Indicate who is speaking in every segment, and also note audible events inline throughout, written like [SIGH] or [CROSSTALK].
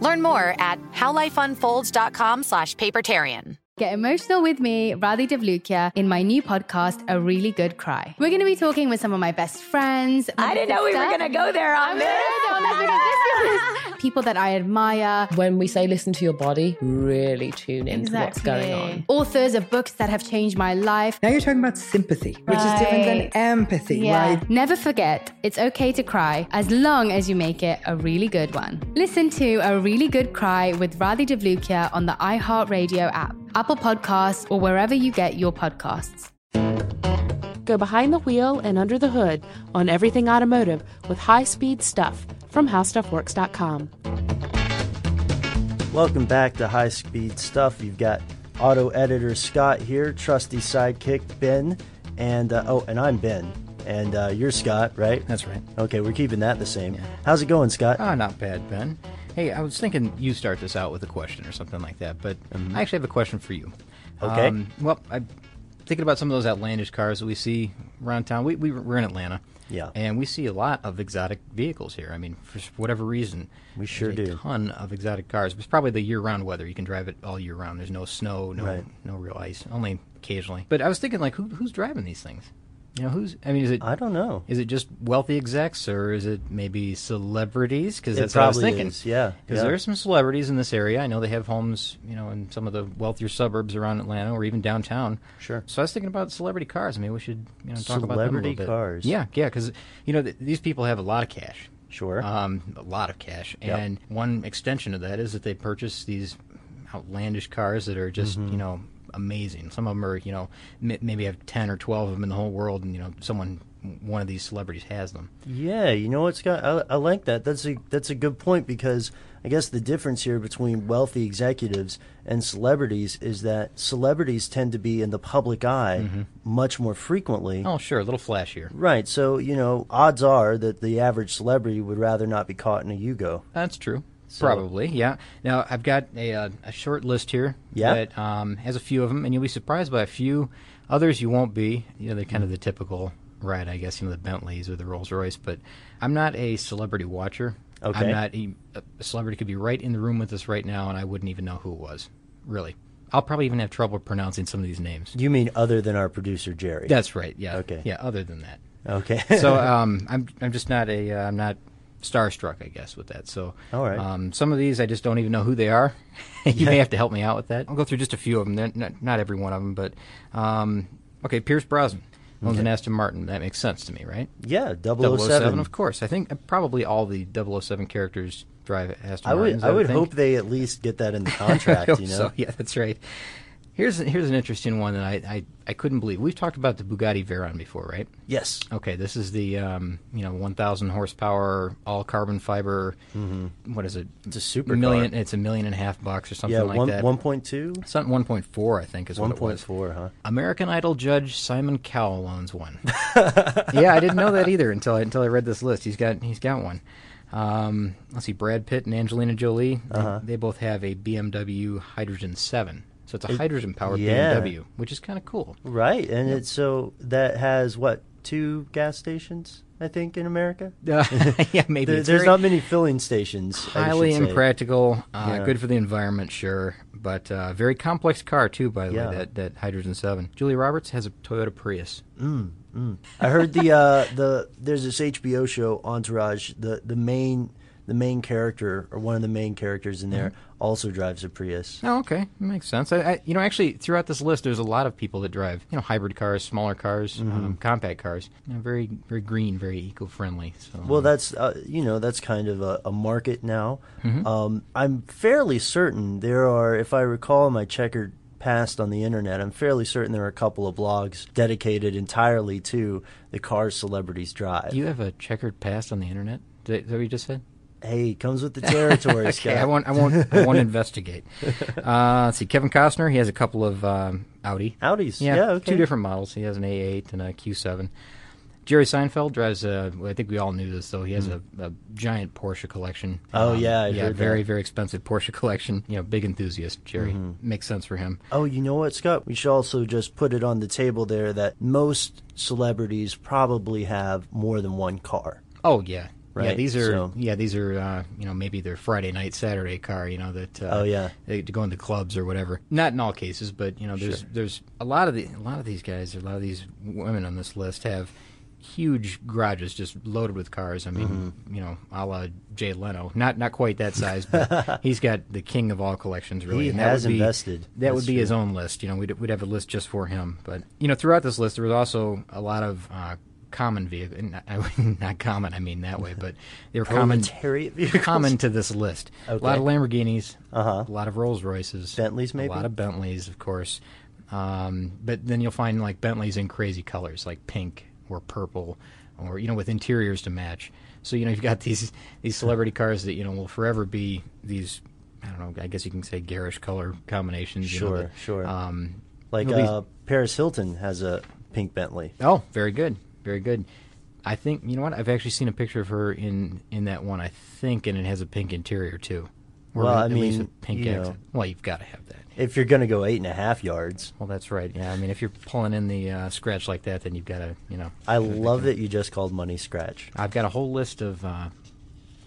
Speaker 1: Learn more at howlifeunfolds.com slash papertarian.
Speaker 2: Get emotional with me, Radhi Devlukia, in my new podcast, A Really Good Cry. We're going to be talking with some of my best friends. my
Speaker 3: I didn't know we were
Speaker 2: sister.
Speaker 3: going to go there on
Speaker 2: I'm
Speaker 3: this.
Speaker 2: gonna go down this because this is [LAUGHS] people that I admire.
Speaker 4: When we say listen to your body, really tune into what's going
Speaker 2: Exactly.
Speaker 4: on.
Speaker 2: Authors of books that have changed my life.
Speaker 5: Now you're talking about sympathy, which is different than
Speaker 2: Right.
Speaker 5: empathy, right?
Speaker 2: Never forget, it's okay to cry as long as you make it a really good one. Listen to A Really Good Cry with Radhi Devlukia on the iHeartRadio app, Apple Podcasts, or wherever you get your podcasts.
Speaker 6: Go behind the wheel and under the hood on everything automotive with high speed stuff from howstuffworks.com.
Speaker 7: Welcome back to High Speed Stuff. You've got auto editor Scott here, trusty sidekick Ben, and uh, oh, and I'm Ben, and uh, you're Scott, right?
Speaker 8: That's right.
Speaker 7: Okay, we're keeping that the same. How's it going, Scott?
Speaker 8: Ah, not bad, Ben. Hey, I was thinking you start this out with a question or something like that, but I actually have a question for you.
Speaker 7: Mm-hmm.
Speaker 8: Um,
Speaker 7: Okay.
Speaker 8: well, I'm thinking about some of those outlandish cars that we see around town. We, we we're in Atlanta.
Speaker 7: Yeah.
Speaker 8: And we see a lot of exotic vehicles here. I mean, for s- whatever reason, we
Speaker 7: sure
Speaker 8: a
Speaker 7: do.
Speaker 8: Ton of exotic cars. It's probably the year-round weather. You can drive it all year round. There's no snow, no
Speaker 7: Right.
Speaker 8: no real ice, only occasionally. But I was thinking, like, who, who's driving these things? You know, who's? I mean, is it?
Speaker 7: I don't know.
Speaker 8: Is it just wealthy execs, or is it maybe celebrities? Because
Speaker 7: It
Speaker 8: that's what I was
Speaker 7: probably
Speaker 8: thinking.
Speaker 7: is, yeah,
Speaker 8: because
Speaker 7: yeah.
Speaker 8: there are some celebrities in this area. I know they have homes, you know, in some of the wealthier suburbs around Atlanta or even downtown.
Speaker 7: Sure.
Speaker 8: So I was thinking about celebrity cars. I mean, we should you know talk about them a
Speaker 7: Celebrity
Speaker 8: little bit.
Speaker 7: cars.
Speaker 8: Yeah, yeah, because you know th- these people have a lot of cash.
Speaker 7: Sure.
Speaker 8: Um, a lot of cash, and one extension of that is that they purchase these outlandish cars that are just you know amazing. Some of them are you know m- maybe have ten or twelve of them in the whole world, and you know someone one of these celebrities has them.
Speaker 7: Yeah, you know what, Scott? I, I like that. That's a that's a good point because I guess the difference here between wealthy executives and celebrities is that celebrities tend to be in the public eye much more frequently.
Speaker 8: Mm-hmm. Oh, sure, a little flashier.
Speaker 7: Right, so you know, odds are that the average celebrity would rather not be caught in a Yugo.
Speaker 8: That's true. Probably, yeah. Now I've got a, uh, a short list here
Speaker 7: Yeah.
Speaker 8: that um, has a few of them, and you'll be surprised by a few. Others you won't be. You know, they're kind of
Speaker 7: Mm-hmm.
Speaker 8: the typical ride, I guess. You know, the Bentleys or the Rolls Royce. But I'm not a celebrity watcher.
Speaker 7: Okay.
Speaker 8: I'm not a, a celebrity could be right in the room with us right now, and I wouldn't even know who it was. Really, I'll probably even have trouble pronouncing some of these names.
Speaker 7: You mean other than our producer Jerry?
Speaker 8: That's right. Yeah.
Speaker 7: Okay.
Speaker 8: Yeah. Other than that.
Speaker 7: okay. [LAUGHS]
Speaker 8: so um, I'm I'm just not a uh, I'm not starstruck, I guess, with that. So
Speaker 7: All right.
Speaker 8: um, some of these I just don't even know who they are. [LAUGHS] you may have to help me out with that. I'll go through just a few of them. They're not, not every one of them, but um, okay, Pierce Brosnan owns an Aston Martin. That makes sense to me, right?
Speaker 7: yeah, 007.
Speaker 8: 007, of course. I think uh, probably all the 007 characters drive Aston
Speaker 7: I would
Speaker 8: Martins.
Speaker 7: I would
Speaker 8: think. [LAUGHS]
Speaker 7: hope they at least get that in the
Speaker 8: I
Speaker 7: contract,
Speaker 8: hope
Speaker 7: you know.
Speaker 8: so. Yeah, that's right. Here's here's an interesting one that I, I, I couldn't believe. We've talked about the Bugatti Veyron before, right?
Speaker 7: Yes.
Speaker 8: Okay, this is the um, you know 1,000 horsepower, all carbon fiber. what is it? It's
Speaker 7: Mm-hmm. a supercar.
Speaker 8: million. It's a million and a half bucks or something
Speaker 7: Yeah,
Speaker 8: like
Speaker 7: one
Speaker 8: that.
Speaker 7: one point two?
Speaker 8: Something 1.4, I think, is
Speaker 7: One
Speaker 8: what it
Speaker 7: point
Speaker 8: was.
Speaker 7: four, huh?
Speaker 8: American Idol judge Simon Cowell
Speaker 7: [LAUGHS]
Speaker 8: owns one. yeah, I didn't know that either until I, until I read this list. He's got he's got one. Um, let's see, Brad Pitt and Angelina Jolie. they-
Speaker 7: Uh-huh.
Speaker 8: They, both have a BMW Hydrogen Seven, so it's a hydrogen powered
Speaker 7: yeah.
Speaker 8: BMW, which is kind
Speaker 7: [LAUGHS]
Speaker 8: of cool. [LAUGHS]
Speaker 7: Right. And it's so that has what, two gas stations, I think, in America?
Speaker 8: yeah, maybe
Speaker 7: There, there's
Speaker 8: it's very-
Speaker 7: not many filling stations. I
Speaker 8: highly
Speaker 7: should say.
Speaker 8: impractical. Uh,
Speaker 7: Yeah.
Speaker 8: Good for the environment, sure, but uh, very complex car too. By the
Speaker 7: Yeah.
Speaker 8: way, that that hydrogen seven. Julia Roberts has a Toyota Prius.
Speaker 7: I heard the uh, the there's this HBO show Entourage. The the main the main character or one of the main characters in there
Speaker 8: Mm-hmm.
Speaker 7: also drives a Prius.
Speaker 8: Oh, okay, makes sense. I, I, you know, actually, throughout this list, there's a lot of people that drive, you know, hybrid cars, smaller cars,
Speaker 7: Mm-hmm.
Speaker 8: um, compact cars. You know, very, very green, very eco-friendly. So,
Speaker 7: Well, that's uh, you know that's kind of a, a market now.
Speaker 8: Mm-hmm.
Speaker 7: Um, I'm fairly certain there are, if I recall my checkered past on the internet, I'm fairly certain there are a couple of blogs dedicated entirely to the cars celebrities drive.
Speaker 8: you have a checkered past on the internet. Is that, is that what you just said?
Speaker 7: hey, it comes with the territory,
Speaker 8: [LAUGHS] Okay,
Speaker 7: Scott.
Speaker 8: I won't. I won't. I
Speaker 7: [LAUGHS]
Speaker 8: won't investigate. Uh, let's see. Kevin Costner. He has a couple of um, Audi.
Speaker 7: Audis,
Speaker 8: Yeah.
Speaker 7: yeah, okay.
Speaker 8: Two different models. He has an A8 and a Q7. Jerry Seinfeld drives a. well, I think we all knew this though. He has a, a giant Porsche collection.
Speaker 7: Hmm.
Speaker 8: Um,
Speaker 7: Oh, yeah, I
Speaker 8: yeah.
Speaker 7: heard
Speaker 8: very
Speaker 7: that. Mm-hmm.
Speaker 8: very expensive Porsche [LAUGHS] collection. You know, big enthusiast. Jerry makes sense for him.
Speaker 7: Oh, you know what, Scott? We should also just put it on the table there that most celebrities probably have more than one car.
Speaker 8: Oh yeah. Yeah,
Speaker 7: Right,
Speaker 8: these are
Speaker 7: so-
Speaker 8: yeah, these are uh, you know maybe their Friday night, Saturday car, you know that uh,
Speaker 7: Oh, yeah.
Speaker 8: they, to go into clubs or whatever. Not in all cases, but you know there's there's a lot of the a lot of these guys, a lot of these women on this list have huge garages just loaded with cars. I mean,
Speaker 7: Mm-hmm.
Speaker 8: you know, a la Jay Leno, not not quite that
Speaker 7: [LAUGHS]
Speaker 8: size, but he's got the king of all collections really.
Speaker 7: He
Speaker 8: and that
Speaker 7: has
Speaker 8: would be,
Speaker 7: invested.
Speaker 8: That would
Speaker 7: That's
Speaker 8: be his
Speaker 7: true.
Speaker 8: own list. You know, we'd we'd have a list just for him. But you know, throughout this list, there was also a lot of. Uh, common vehicle n- I would- [LAUGHS] not common i mean that way but they were common
Speaker 7: Proletariat [LAUGHS] vehicles?
Speaker 8: [LAUGHS] common to this list a lot of lamborghinis
Speaker 7: Uh-huh.
Speaker 8: a lot of rolls royces
Speaker 7: Bentleys, maybe?
Speaker 8: a lot of bentleys of course um, but then you'll find like bentleys in crazy colors like pink or purple or you know with interiors to match so you know you've got [LAUGHS] these these celebrity cars that you know will forever be these i don't know i guess you can say garish color combinations you know,
Speaker 7: [LAUGHS] Sure,
Speaker 8: that,
Speaker 7: sure.
Speaker 8: um,
Speaker 7: Like
Speaker 8: Well, these-
Speaker 7: uh, Paris Hilton has a pink Bentley.
Speaker 8: Oh, very good, very good. I think you know what I've actually seen a picture of her in in that one. I think, and it has a pink interior too. Or
Speaker 7: Well,
Speaker 8: at,
Speaker 7: I
Speaker 8: at least a
Speaker 7: mean,
Speaker 8: pink
Speaker 7: you
Speaker 8: accent.
Speaker 7: know.
Speaker 8: Well, you've got to have that.
Speaker 7: If you're going to go eight and a half yards,
Speaker 8: Well, that's right. Yeah, I mean, if you're pulling in the uh, scratch like that, then you've got to, you know.
Speaker 7: I love that you just called money scratch.
Speaker 8: I've got a whole list of, uh,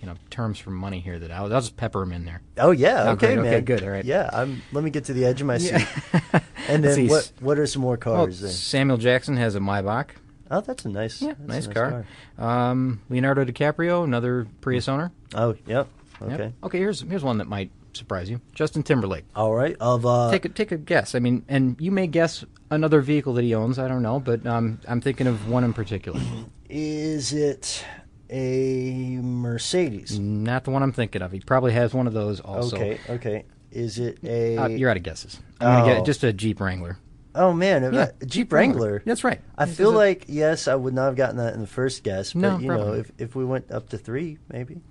Speaker 8: you know, terms for money here that I'll, I'll just pepper them in there.
Speaker 7: Oh yeah,
Speaker 8: Oh,
Speaker 7: okay,
Speaker 8: great,
Speaker 7: man.
Speaker 8: okay, good, all right.
Speaker 7: Yeah, I'm. Let me get to the edge of
Speaker 8: [LAUGHS]
Speaker 7: my seat. and
Speaker 8: Let's
Speaker 7: then
Speaker 8: see,
Speaker 7: what?
Speaker 8: s-
Speaker 7: What are some more
Speaker 8: Well,
Speaker 7: cars? then?
Speaker 8: Samuel Jackson has a Maybach.
Speaker 7: Oh, that's a nice, that's a
Speaker 8: nice, car. Um, Leonardo DiCaprio, another Prius owner.
Speaker 7: Oh, yep.
Speaker 8: Yep.
Speaker 7: Okay.
Speaker 8: Okay. Here's here's one that might surprise you. Justin Timberlake.
Speaker 7: All right. Of uh,
Speaker 8: take a, take a guess. I mean, and you may guess another vehicle that he owns. I don't know, but um, I'm thinking of one in
Speaker 7: [CLEARS THROAT]
Speaker 8: particular.
Speaker 7: is it a Mercedes?
Speaker 8: Not the one I'm thinking of. He probably has one of those also.
Speaker 7: Okay. Okay. Is it a?
Speaker 8: Uh, you're out of guesses. I'm gonna
Speaker 7: Oh.
Speaker 8: get just a Jeep Wrangler.
Speaker 7: Oh man, if I-
Speaker 8: Yeah,
Speaker 7: a Jeep Wrangler.
Speaker 8: That's right.
Speaker 7: I
Speaker 8: This
Speaker 7: feel
Speaker 8: is a-
Speaker 7: like yes, I would not have gotten that in the first guess, but
Speaker 8: No,
Speaker 7: you
Speaker 8: probably
Speaker 7: know,
Speaker 8: not.
Speaker 7: if if we went up to three, maybe.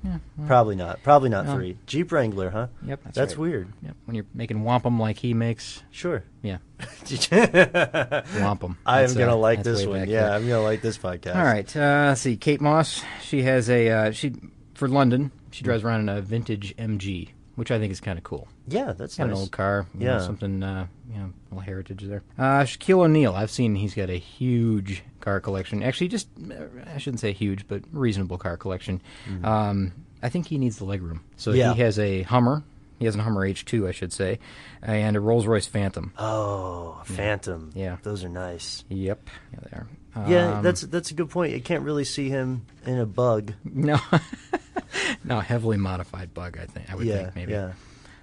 Speaker 7: probably not. Probably not three. Jeep Wrangler, huh?
Speaker 8: Yep, that's
Speaker 7: that's
Speaker 8: right.
Speaker 7: weird.
Speaker 8: Yep, when you're making wampum like he makes, [LAUGHS]
Speaker 7: Sure.
Speaker 8: yeah,
Speaker 7: [LAUGHS]
Speaker 8: wampum.
Speaker 7: I am
Speaker 8: That's,
Speaker 7: gonna
Speaker 8: uh,
Speaker 7: like
Speaker 8: that's
Speaker 7: this
Speaker 8: way
Speaker 7: one.
Speaker 8: back
Speaker 7: Yeah,
Speaker 8: there.
Speaker 7: I'm gonna like this podcast.
Speaker 8: All right. Uh, let's see, Kate Moss. She has a uh, she for London.
Speaker 7: Hmm.
Speaker 8: She drives around in a vintage MG, which I think is kind of cool.
Speaker 7: Yeah, that's
Speaker 8: Got
Speaker 7: nice.
Speaker 8: an old car. You know,
Speaker 7: Yeah.
Speaker 8: something, uh, you know, a little heritage there. Uh, Shaquille O'Neal. I've seen he's got a huge car collection. Actually, just, uh, I shouldn't say huge, but reasonable car collection. Um, I think he needs the legroom. So
Speaker 7: Mm-hmm. Yeah.
Speaker 8: he has a Hummer. He has a Hummer H2, I should say, and a Rolls Royce Phantom.
Speaker 7: Oh, Phantom.
Speaker 8: Yeah.
Speaker 7: those are nice.
Speaker 8: Yep. Yeah, they are. Uh,
Speaker 7: Yeah, that's that's a good point. You can't really see him in a bug.
Speaker 8: no. no, heavily modified bug, I think. I would
Speaker 7: Yeah,
Speaker 8: think, maybe.
Speaker 7: yeah.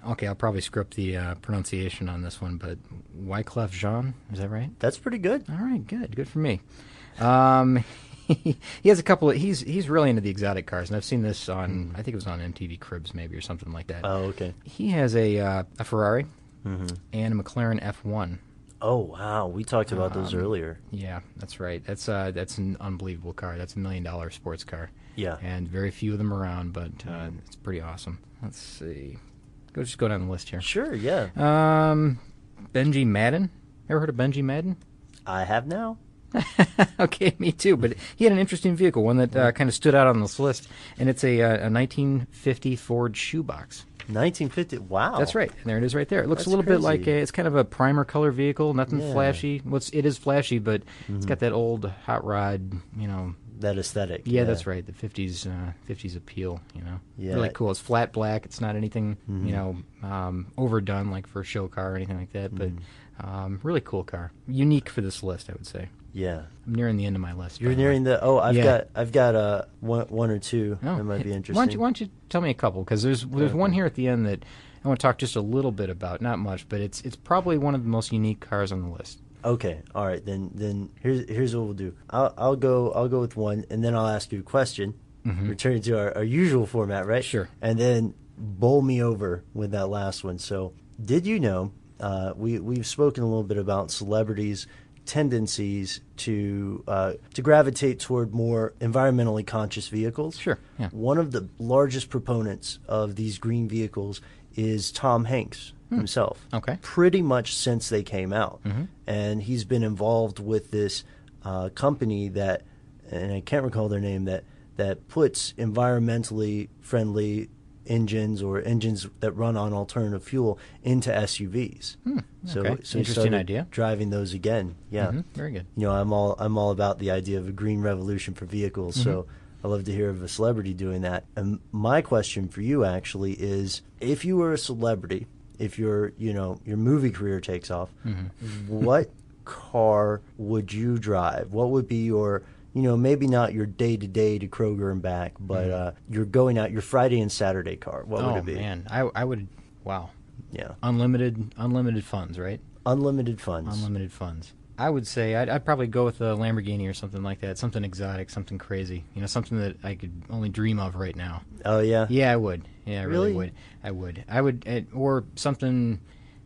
Speaker 8: Okay, I'll probably script the uh, pronunciation on this one, but Wyclef Jean, is that right?
Speaker 7: That's pretty good.
Speaker 8: All right, good, good for me. Um, [LAUGHS] he has a couple of he's he's really into the exotic cars, and I've seen this on I think it was on MTV Cribs maybe or something like that.
Speaker 7: Hmm. Oh, Mm-hmm. okay.
Speaker 8: He has a uh, a Ferrari and a McLaren F1.
Speaker 7: Oh wow, we talked about those
Speaker 8: Um,
Speaker 7: earlier.
Speaker 8: Yeah, that's right. That's uh that's an unbelievable car. That's a million dollar sports car.
Speaker 7: Yeah. Hmm.
Speaker 8: and very few of them around, but uh, it's pretty awesome. Let's see, go just go down the list here.
Speaker 7: Sure, yeah.
Speaker 8: Um, Benji Madden. Ever heard of Benji Madden?
Speaker 7: I have now.
Speaker 8: [LAUGHS] okay, me too. But he had an interesting vehicle, one that uh, kind of stood out on this list, and it's a, uh, a 1950 Ford shoebox.
Speaker 7: 1950. Wow.
Speaker 8: That's right, and there it is right there. It looks a
Speaker 7: Oh. That's
Speaker 8: little bit like a,
Speaker 7: crazy.
Speaker 8: it's kind of a primer color vehicle, nothing
Speaker 7: Yeah. Mm-hmm.
Speaker 8: flashy. What's it is flashy, but it's got that old hot rod, you know,
Speaker 7: that aesthetic.
Speaker 8: Yeah, that's right. The '50s, uh, '50s appeal. You know,
Speaker 7: Yeah. Mm-hmm.
Speaker 8: really cool. It's flat black. It's not anything you know um, overdone like for a show car or anything like that.
Speaker 7: Mm-hmm.
Speaker 8: But um, really cool car. Unique for this list, I would say.
Speaker 7: Yeah.
Speaker 8: I'm nearing the end of my list.
Speaker 7: You're nearing the oh, I've
Speaker 8: Yeah.
Speaker 7: got I've got uh one one or two that might be interesting.
Speaker 8: Oh, Why don't you, why don't you tell me a couple? Because there's there's one here at the end that I want to talk just a little bit about. Not much, but it's it's probably one of the most unique cars on the list.
Speaker 7: Okay, all right. Then then here's here's what we'll do. I'll I'll go I'll go with one, and then I'll ask you a question. Returning to our, our usual format, right?
Speaker 8: Mm-hmm. Sure.
Speaker 7: And then bowl me over with that last one. So, did you know? Uh, we we've spoken a little bit about celebrities' tendencies to uh, to gravitate toward more environmentally conscious vehicles.
Speaker 8: Sure, yeah.
Speaker 7: One of the largest proponents of these green vehicles is Tom Hanks himself.
Speaker 8: Hmm. Okay. Mm-hmm.
Speaker 7: Pretty much since they came out. And he's been involved with this uh, company that, and I can't recall their name, that, that puts environmentally friendly engines or engines that run on alternative fuel into SUVs. So,
Speaker 8: Hmm. okay.
Speaker 7: so he
Speaker 8: Interesting
Speaker 7: started
Speaker 8: idea.
Speaker 7: Driving those again. Yeah.
Speaker 8: Mhm, very good.
Speaker 7: You know, I'm all I'm all about the idea of a green revolution for vehicles.
Speaker 8: Mm-hmm.
Speaker 7: So I love to hear of a celebrity doing that. And my question for you actually is, if you were a celebrity, if your you know your movie career takes off,
Speaker 8: Mm-hmm. [LAUGHS]
Speaker 7: what car would you drive? What would be your you know maybe not your day to day to Kroger and back, but uh, you're going out your Friday and Saturday car. What would
Speaker 8: Mm-hmm. oh
Speaker 7: it be?
Speaker 8: man, I I would wow,
Speaker 7: Yeah,
Speaker 8: unlimited unlimited funds, right?
Speaker 7: unlimited funds.
Speaker 8: Unlimited funds. I would say I'd, I'd probably go with a Lamborghini or something like that. Something exotic, something crazy. You know, something that I could only dream of right now.
Speaker 7: oh yeah,
Speaker 8: Yeah, I would. Yeah, I really,
Speaker 7: Really?
Speaker 8: would. I would. I would, eh, or something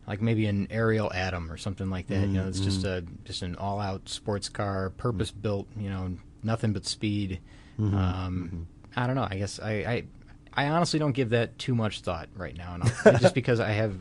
Speaker 8: like maybe an aerial atom or something like that. You know, it's just a just an all out sports car, purpose built. You know, nothing but speed. Um, I don't know. I guess I. I I honestly don't give that too much thought right now, and I'll- just because I have,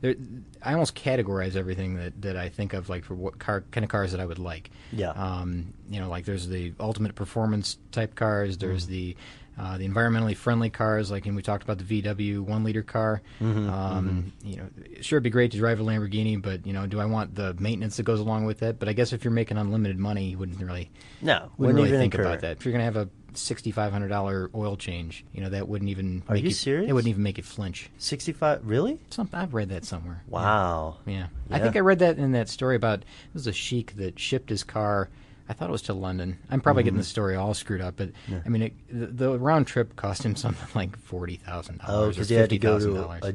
Speaker 8: there, I almost categorize everything that, that I think of, like for what car kind of cars that I would like.
Speaker 7: Yeah.
Speaker 8: Um, you know, like there's the ultimate performance type cars. There's
Speaker 7: Mm-hmm.
Speaker 8: the uh, the environmentally friendly cars, like and we talked about the VW one liter car.
Speaker 7: Mm-hmm,
Speaker 8: um, You know, sure it'd be great to drive a Lamborghini, but you know, do I want the maintenance that goes along with it? But I guess if you're making unlimited money, you wouldn't really
Speaker 7: No,
Speaker 8: wouldn't,
Speaker 7: wouldn't
Speaker 8: really
Speaker 7: even
Speaker 8: think
Speaker 7: occur.
Speaker 8: about that. If you're gonna have a sixty five hundred dollar oil change, you know that wouldn't even are make
Speaker 7: you
Speaker 8: It,
Speaker 7: serious?
Speaker 8: it wouldn't even make it flinch.
Speaker 7: sixty five. Really?
Speaker 8: Some, I've read that somewhere.
Speaker 7: Wow.
Speaker 8: Yeah. I think I read that in that story about it was a sheik that shipped his car. I thought it was to London. I'm probably
Speaker 7: Mm-hmm.
Speaker 8: getting the story all screwed up, but I mean, it, the, the round trip cost him [LAUGHS] something like forty thousand
Speaker 7: Oh,
Speaker 8: dollars or
Speaker 7: because you had
Speaker 8: fifty
Speaker 7: to go to
Speaker 8: thousand
Speaker 7: a, a
Speaker 8: dollars. Uh,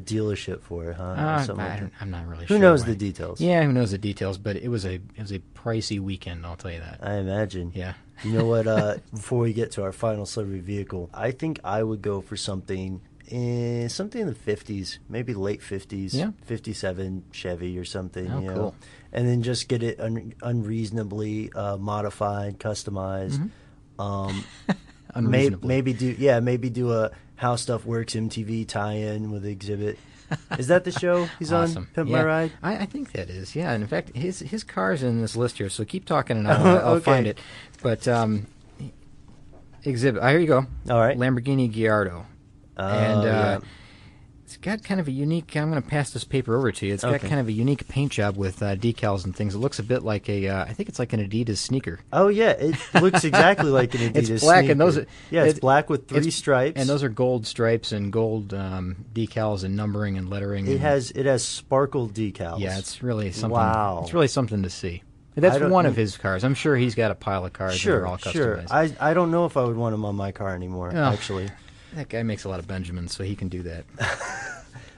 Speaker 7: dealership for it, huh? Or something like that.
Speaker 8: I'm not really
Speaker 7: Who
Speaker 8: sure.
Speaker 7: knows
Speaker 8: why.
Speaker 7: the details?
Speaker 8: Yeah, who knows the details? But it was a it was a pricey weekend. I'll tell you that.
Speaker 7: I imagine.
Speaker 8: Yeah.
Speaker 7: You know
Speaker 8: [LAUGHS]
Speaker 7: what? Uh, before we get to our final celebrity vehicle, I think I would go for something, in, something in the fifties, maybe late fifties,
Speaker 8: Yeah.
Speaker 7: fifty-seven Chevy or something.
Speaker 8: Oh,
Speaker 7: you know?
Speaker 8: cool.
Speaker 7: And then just get it un- unreasonably uh, modified, customized.
Speaker 8: Mm-hmm.
Speaker 7: Um, may-
Speaker 8: Unreasonably.
Speaker 7: maybe do yeah, maybe do a How Stuff Works MTV tie-in with the exhibit. Is
Speaker 8: [LAUGHS]
Speaker 7: that the show he's on? Pimp
Speaker 8: Yeah.
Speaker 7: My Ride.
Speaker 8: I, I think that is. Yeah, and in fact, his his car's in this list here. So keep talking, and I'll,
Speaker 7: [LAUGHS]
Speaker 8: I'll
Speaker 7: Okay.
Speaker 8: find it. But um, exhibit. ah, Here you go.
Speaker 7: All right. Oh,
Speaker 8: Lamborghini Gallardo, and uh,
Speaker 7: yeah.
Speaker 8: it's got kind of a unique. I'm going to pass this paper over to you. It's got
Speaker 7: Okay.
Speaker 8: kind of a unique paint job with uh, decals and things. It looks a bit like a. Uh, I think it's like an Adidas sneaker.
Speaker 7: Oh yeah, it looks exactly like an Adidas.
Speaker 8: [LAUGHS] It's black, and
Speaker 7: sneaker.
Speaker 8: those.
Speaker 7: yeah, it's
Speaker 8: it-
Speaker 7: black with three
Speaker 8: it's-
Speaker 7: stripes,
Speaker 8: and those are gold stripes and gold um, decals and numbering and lettering.
Speaker 7: It
Speaker 8: and-
Speaker 7: has it has sparkle decals.
Speaker 8: Yeah, it's really something.
Speaker 7: Wow.
Speaker 8: it's really something to see. That's
Speaker 7: I don't
Speaker 8: one of
Speaker 7: know.
Speaker 8: his cars. I'm sure he's got a pile of cars that are
Speaker 7: sure,
Speaker 8: all customized.
Speaker 7: sure. I I don't know if I would want them on my car anymore.
Speaker 8: Oh.
Speaker 7: Actually,
Speaker 8: that guy makes a lot of Benjamins, so he can
Speaker 7: [LAUGHS]
Speaker 8: do that.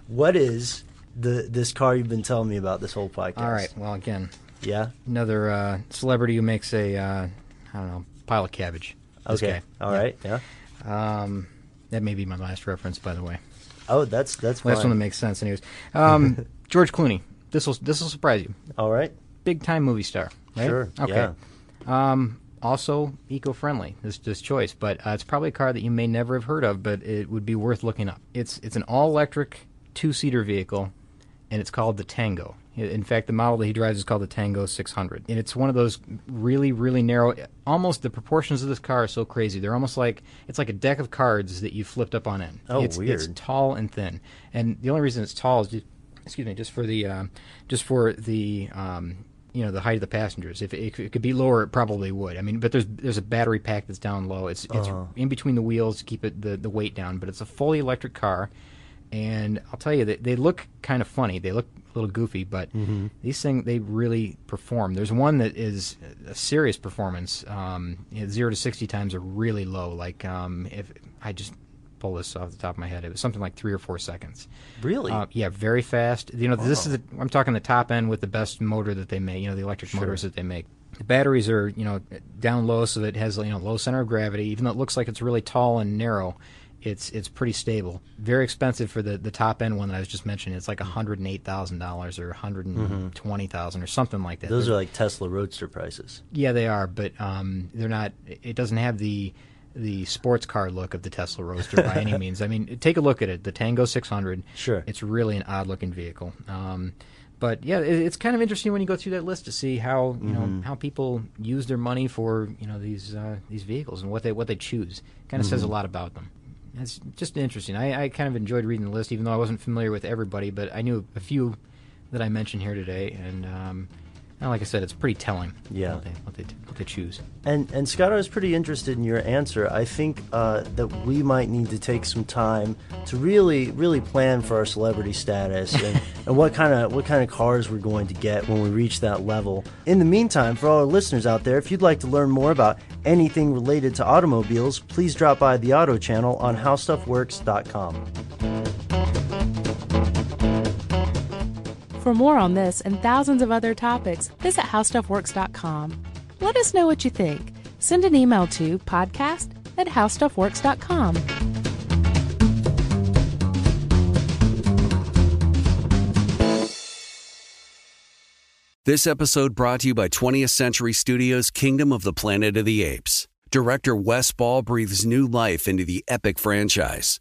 Speaker 7: what is the this car you've been telling me about this whole podcast?
Speaker 8: All right. Well, again,
Speaker 7: Yeah.
Speaker 8: another uh, celebrity who makes a uh, I don't know pile of cabbage. This
Speaker 7: Okay.
Speaker 8: guy.
Speaker 7: All right. Yeah.
Speaker 8: Um, that may be my last reference, by the way.
Speaker 7: Oh, that's that's
Speaker 8: Last
Speaker 7: fine.
Speaker 8: one that makes sense, anyways.
Speaker 7: [LAUGHS]
Speaker 8: Um, George Clooney. This will this will surprise you.
Speaker 7: All right.
Speaker 8: Big time movie star. Right?
Speaker 7: Sure.
Speaker 8: Okay.
Speaker 7: Yeah.
Speaker 8: Um, also eco-friendly, this this choice, but uh, it's probably a car that you may never have heard of, but it would be worth looking up. It's it's an all-electric two-seater vehicle, and it's called the Tango. I- In fact, the model that he drives is called the Tango 600, and it's one of those really really narrow. Almost the proportions of this car are so crazy; they're almost like it's like a deck of cards that you flipped up on end.
Speaker 7: Oh,
Speaker 8: it's, It's
Speaker 7: weird.
Speaker 8: tall and thin, and uh, the only reason it's tall is. Just, Excuse me, just for the um just for the um, you know the height of the passengers. If it, if it could be lower, it probably would. I mean, but there's there's a battery pack that's down low. It's it's in between the wheels to keep it the, the weight down. But it's a fully electric car, and I'll tell you that they look kind of funny. They look a little goofy, but these things they really perform. There's one that is a serious performance. Um, you know, zero to sixty times are really low. Like um, if I just pull this off the top of my head, it was something like three or four seconds.
Speaker 7: Really?
Speaker 8: Uh, yeah, very fast. You know, this is the, I'm talking the top end with the best motor that they make. You know, the electric motors that they make. The batteries are you know down low, so it has you know low center of gravity. Even though it looks like it's really tall and narrow, it's it's pretty stable. Very expensive for the, the top end one that I was just mentioning. It's like hundred and eight thousand dollars or hundred and twenty thousand or something like that.
Speaker 7: Those
Speaker 8: They're-
Speaker 7: are like Tesla Roadster prices.
Speaker 8: yeah, they are, but um, they're not. It doesn't have the the sports car look of the Tesla Roadster by
Speaker 7: [LAUGHS]
Speaker 8: any means. I mean, take a look at it. The Tango 600.
Speaker 7: Sure.
Speaker 8: it's really an odd looking vehicle. Um, but yeah, it, it's kind of interesting when you go through that list to see how you know how people use their money for you know these uh, these vehicles and what they what they choose. Kind of says a lot about them. It's just interesting. I, I kind of enjoyed reading the list, even though I wasn't familiar with everybody, but I knew a few that I mentioned here today, and um, and like I said, it's pretty telling.
Speaker 7: Yeah.
Speaker 8: What they, what they, what they choose.
Speaker 7: And and Scott, I was pretty interested in your answer. I think uh, that we might need to take some time to really really plan for our celebrity status and, and what kind of what kind of cars we're going to get when we reach that level. In the meantime, for all our listeners out there, if you'd like to learn more about anything related to automobiles, please drop by the Auto Channel on HowStuffWorks.com.
Speaker 6: For more on this and thousands of other topics, visit howstuffworks.com. Let us know what you think. Send an email to podcast at howstuffworks.com.
Speaker 3: This episode brought to you by 20th Century Studios' Kingdom of the Planet of the Apes. Director Wes Ball breathes new life into the epic franchise.